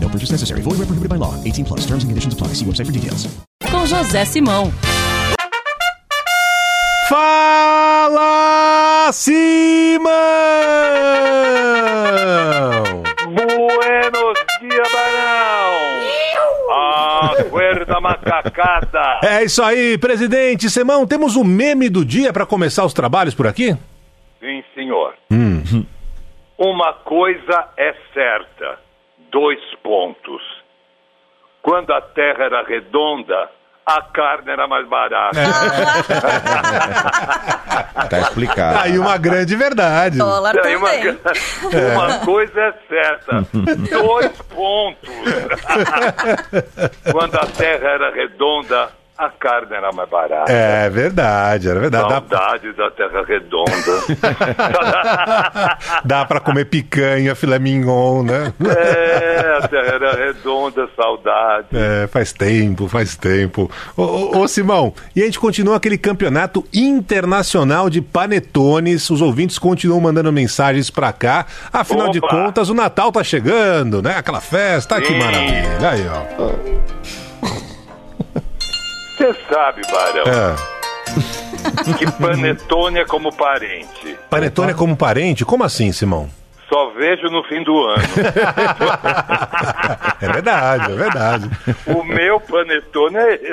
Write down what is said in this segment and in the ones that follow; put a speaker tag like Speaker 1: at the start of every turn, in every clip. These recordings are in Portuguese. Speaker 1: No purchase necessary. Void where prohibited by law. 18 plus. Terms and conditions apply. See website for details.
Speaker 2: Com José Simão.
Speaker 3: Fala Simão!
Speaker 4: Buenos dias, Barão! Aguerda macacada!
Speaker 3: É isso aí, presidente Simão. Temos o meme do dia para começar os trabalhos por aqui?
Speaker 4: Sim, senhor.
Speaker 3: Hum.
Speaker 4: Uma coisa é certa. Dois pontos. Quando a terra era redonda, a carne era mais barata.
Speaker 3: É.
Speaker 5: Tá explicado.
Speaker 3: Aí uma grande verdade.
Speaker 2: Dólar
Speaker 4: Daí uma, uma coisa é certa. Dois pontos. Quando a terra era redonda, a carne era mais barata.
Speaker 3: É verdade, era verdade. Dá,
Speaker 4: Saudades da terra redonda.
Speaker 3: dá para comer picanha, filé mignon, né?
Speaker 4: É, a terra era redonda, saudade.
Speaker 3: É, faz tempo, faz tempo. Ô, ô, ô, Simão, e a gente continua aquele campeonato internacional de panetones. Os ouvintes continuam mandando mensagens pra cá. Afinal de
Speaker 4: Opa!
Speaker 3: contas, o Natal tá chegando, né? Aquela festa, ah, que
Speaker 4: Sim.
Speaker 3: maravilha. Aí, ó.
Speaker 4: Você sabe, Barão,
Speaker 3: É.
Speaker 4: que panetone é como parente.
Speaker 3: Panetone é como parente? Como assim, Simão?
Speaker 4: Só vejo no fim do ano.
Speaker 3: É verdade, é verdade.
Speaker 4: O meu panetone é esse.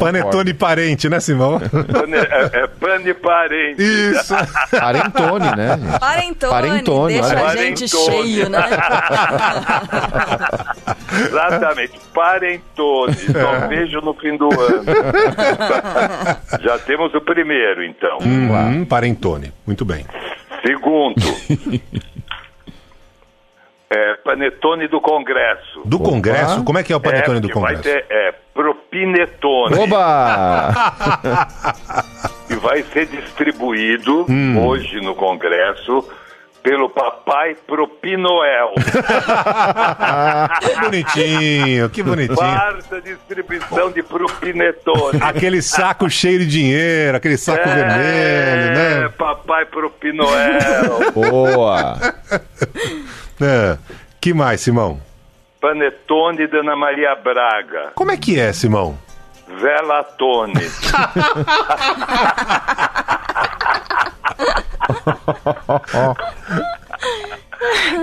Speaker 3: Panetone parente, né, Simão?
Speaker 4: Pane- É, é pane parente.
Speaker 3: Isso.
Speaker 5: Parentone, né? gente?
Speaker 2: Parentone,
Speaker 5: Parentone,
Speaker 2: deixa
Speaker 5: olha.
Speaker 2: a gente
Speaker 4: Parentone.
Speaker 2: cheio, né?
Speaker 4: Exatamente, parentone. Só vejo no fim do ano. Já temos o primeiro, então.
Speaker 3: Hum, parentone. Muito bem.
Speaker 4: Segundo. É, panetone do Congresso.
Speaker 3: Do Congresso, como é que é o panetone
Speaker 4: é,
Speaker 3: do
Speaker 4: que vai
Speaker 3: Congresso?
Speaker 4: ter, é, propinetone.
Speaker 5: Oba!
Speaker 4: que vai ser distribuído
Speaker 3: Hum.
Speaker 4: hoje no Congresso pelo papai Propinoel.
Speaker 3: Que bonitinho, que bonitinho.
Speaker 4: Quarta distribuição de propinetone.
Speaker 3: Aquele saco cheio de dinheiro, aquele saco
Speaker 4: É,
Speaker 3: vermelho,
Speaker 4: papai Propinoel.
Speaker 5: Boa!
Speaker 3: né? É. Que mais, Simão?
Speaker 4: Panetone da Ana Maria Braga.
Speaker 3: Como é que é, Simão?
Speaker 4: Velatone.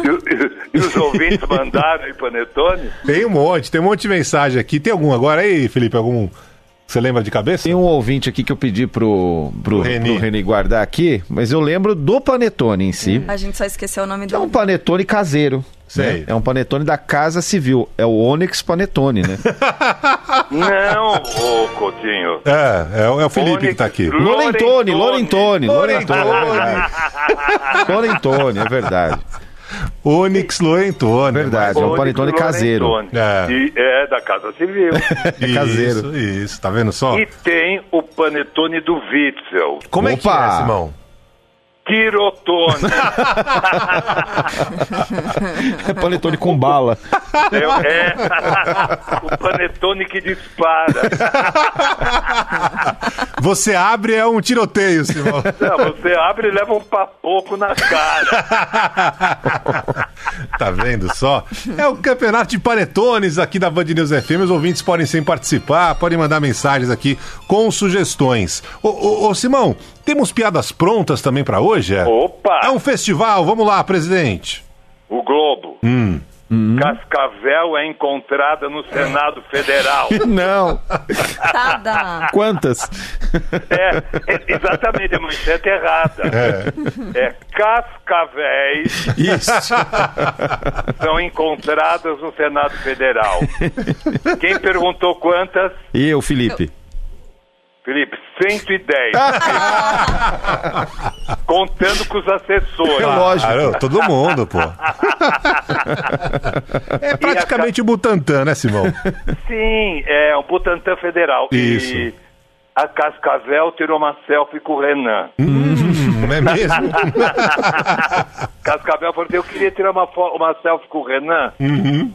Speaker 4: e, e- e os ouvintes mandaram aí panetone?
Speaker 3: Tem um monte, tem um monte de mensagem aqui. Tem algum agora aí, Felipe? Algum que você lembra de cabeça?
Speaker 5: Tem um ouvinte aqui que eu pedi pro, pro, pro
Speaker 3: Reni.
Speaker 5: Reni. guardar aqui, mas eu lembro do panetone em si.
Speaker 2: A gente só esqueceu o nome
Speaker 5: É um
Speaker 2: do...
Speaker 5: panetone caseiro.
Speaker 3: Sei.
Speaker 5: né? É um panetone da Casa Civil. É o Onyx Panetone, né?
Speaker 4: Não, ô Coutinho.
Speaker 3: É, é, o- é o Felipe que tá aqui.
Speaker 5: Lorentone, Lorentone, Lorentone, é
Speaker 3: Lorentone.
Speaker 5: verdade. Lorentone, é verdade.
Speaker 3: Onyx Lorentone.
Speaker 5: Verdade. É um
Speaker 4: Lorentone,
Speaker 5: panetone caseiro.
Speaker 4: Lorentone.
Speaker 3: É.
Speaker 4: E é da Casa Civil.
Speaker 3: Isso,
Speaker 5: caseiro.
Speaker 3: Isso, tá vendo só?
Speaker 4: e tem o panetone do Witzel.
Speaker 3: Como é que
Speaker 5: Opa!
Speaker 3: é, Simão?
Speaker 4: Tirotone.
Speaker 5: É panetone com bala.
Speaker 4: Eu- é. o panetone que dispara.
Speaker 3: Você abre é um tiroteio, Simão.
Speaker 4: Não, você abre e leva um papoco na cara.
Speaker 3: Tá vendo só? É o campeonato de panetones aqui da Band News FM. Os ouvintes podem sim participar, podem mandar mensagens aqui com sugestões. Ô, ô, ô, Simão, temos piadas prontas também pra hoje? é?
Speaker 4: Opa!
Speaker 3: É um festival, vamos lá, presidente.
Speaker 4: O Globo. Cascavel é encontrada no Senado Federal.
Speaker 5: Não.
Speaker 6: Tada.
Speaker 5: Quantas?
Speaker 4: É, é, exatamente, a manchete é errada. É. Cascavéis
Speaker 5: Isso.
Speaker 4: são encontradas no Senado Federal. Quem perguntou quantas?
Speaker 5: E eu, Felipe?
Speaker 4: Felipe, 110. Contando com os assessores.
Speaker 5: Lógico.
Speaker 3: Claro, todo mundo, pô. É praticamente o Butantan, né, Simão?
Speaker 4: Sim, é o Butantan Federal. E
Speaker 3: Isso.
Speaker 4: a Cascavel tirou uma selfie com o Renan.
Speaker 3: Hum? Não é mesmo?
Speaker 4: Cascavel falou assim, eu queria tirar uma, fo- uma selfie com o Renan.
Speaker 3: Uhum.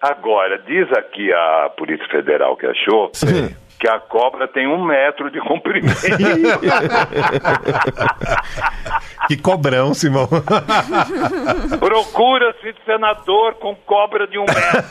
Speaker 4: Agora, diz aqui a Polícia Federal que achou
Speaker 3: Sim.
Speaker 4: que a cobra tem um metro de comprimento.
Speaker 3: Que cobrão, Simão.
Speaker 4: Procura-se senador com cobra de um metro.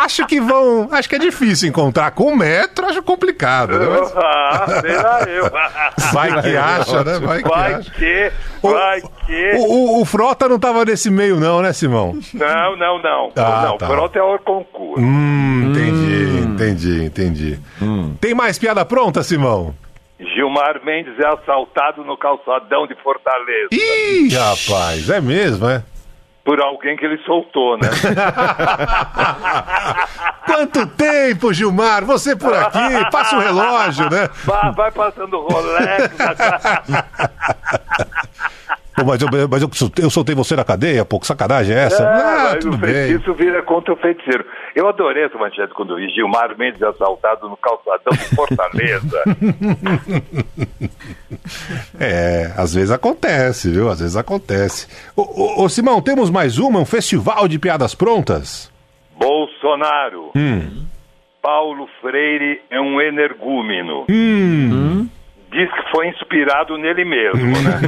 Speaker 3: Acho que vão. Acho que é difícil encontrar com metro, acho complicado. Né? Mas
Speaker 4: ah, será eu?
Speaker 3: Vai que acha, né? Vai que
Speaker 4: Vai
Speaker 3: acha.
Speaker 4: que, vai que...
Speaker 3: O, o- o Frota não tava nesse meio, não, né, Simão?
Speaker 4: Não, não, não.
Speaker 3: Ah,
Speaker 4: não,
Speaker 3: tá.
Speaker 4: pronto é o concurso.
Speaker 3: Hum, entendi, entendi, entendi. Tem mais piada pronta, Simão?
Speaker 4: Gilmar Mendes é assaltado no calçadão de Fortaleza
Speaker 3: Ih, rapaz, é mesmo, é?
Speaker 4: por alguém que ele soltou, né?
Speaker 3: Quanto tempo, Gilmar? Você por aqui, passa o relógio, né?
Speaker 4: Vai, vai passando Rolex na
Speaker 3: Pô, mas eu, mas eu, eu soltei você da cadeia, pô, que sacanagem é essa?
Speaker 4: Ah,
Speaker 3: ah,
Speaker 4: mas
Speaker 3: tudo
Speaker 4: o
Speaker 3: bem.
Speaker 4: feitiço vira contra o feiticeiro. Eu adorei essa manchete quando eu vi Gilmar Mendes é assaltado no calçadão de Fortaleza.
Speaker 3: É, às vezes acontece, viu? Às vezes acontece. Ô, ô, ô, Simão, temos mais uma, um festival de piadas prontas?
Speaker 4: Bolsonaro. Paulo Freire é um energúmeno. Diz que foi inspirado nele mesmo, né?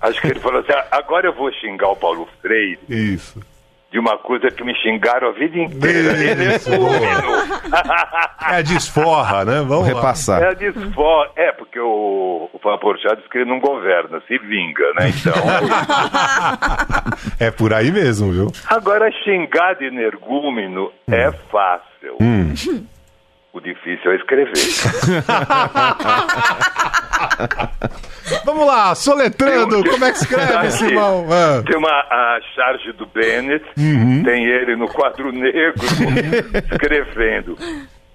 Speaker 4: Acho que ele falou assim: "Ah, agora eu vou xingar o Paulo Freire
Speaker 3: Isso.
Speaker 4: de uma coisa que me xingaram a vida inteira. um Energúmeno.
Speaker 3: É desforra, né? Vamos lá.
Speaker 5: Repassar.
Speaker 4: É, diz, "Vó, é porque o, o Van Porchat diz que ele não governa, se vinga, né? Então,
Speaker 3: É por aí mesmo, viu?
Speaker 4: agora xingar de energúmeno é fácil. O difícil é escrever.
Speaker 3: Vamos lá, Ah, soletrando,
Speaker 4: Eu-
Speaker 3: como é que escreve,
Speaker 4: Aqui.
Speaker 3: Simão? Ah,
Speaker 4: Tem uma a charge do Bennett, tem ele no quadro negro escrevendo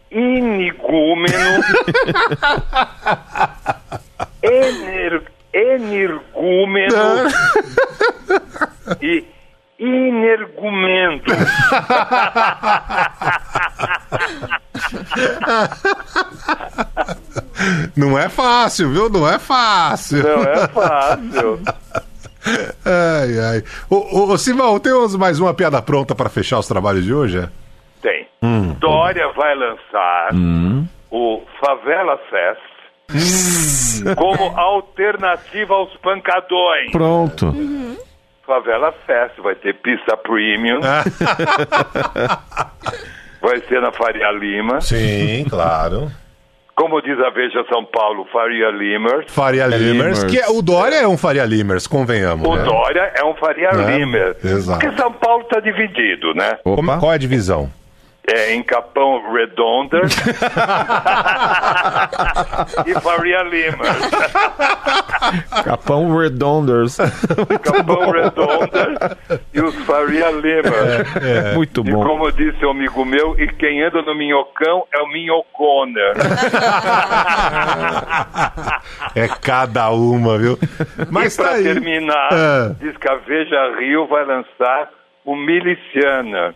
Speaker 4: inigúmeno ener, energúmeno e inergumento.
Speaker 3: não é fácil, viu? Não é fácil.
Speaker 4: Não é fácil.
Speaker 3: Ai, ai. Ô, ô, ô, Simão, temos mais uma piada pronta para fechar os trabalhos de hoje? é?
Speaker 4: Tem.
Speaker 3: Hum.
Speaker 4: Dória vai lançar o Favela Fest
Speaker 3: Hum.
Speaker 4: como alternativa aos pancadões.
Speaker 5: Pronto.
Speaker 4: Favela Fest vai ter pista premium.
Speaker 3: Ah.
Speaker 4: vai ser na Faria Lima.
Speaker 3: Sim, claro.
Speaker 4: Como diz a Veja São Paulo, Faria Limers.
Speaker 3: Faria Limers, que é- o Dória é um Faria Limers, convenhamos.
Speaker 4: O
Speaker 3: né?
Speaker 4: Dória é um Faria
Speaker 3: É,
Speaker 4: Limers.
Speaker 3: exato.
Speaker 4: Porque São Paulo está dividido, né?
Speaker 3: Como,
Speaker 5: Opa.
Speaker 3: qual é a divisão?
Speaker 4: É em Capão Redonda e Faria Limers.
Speaker 6: Capão Redonders.
Speaker 4: Capão Redonda e os Faria Lima.
Speaker 6: É, Muito
Speaker 4: E
Speaker 6: bom.
Speaker 4: como disse um amigo meu, e quem anda no minhocão é o minhocona.
Speaker 3: É cada uma, viu?
Speaker 4: Mas
Speaker 3: Mas
Speaker 6: É
Speaker 4: e pra
Speaker 3: tá aí.
Speaker 4: terminar,
Speaker 3: Ah.
Speaker 4: diz que a Veja Rio vai lançar o miliciana.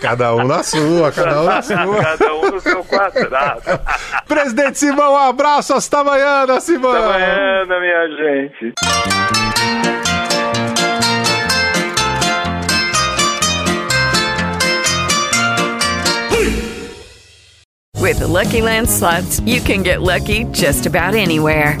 Speaker 3: Cada um na sua, cada um na sua.
Speaker 4: Cada um no seu quadrado. Até
Speaker 3: Presidente Simão, um abraço hasta amanhã, né, Simão.
Speaker 6: É.
Speaker 4: amanhã, minha gente.
Speaker 7: With the Lucky Land slots, you can get lucky just about anywhere.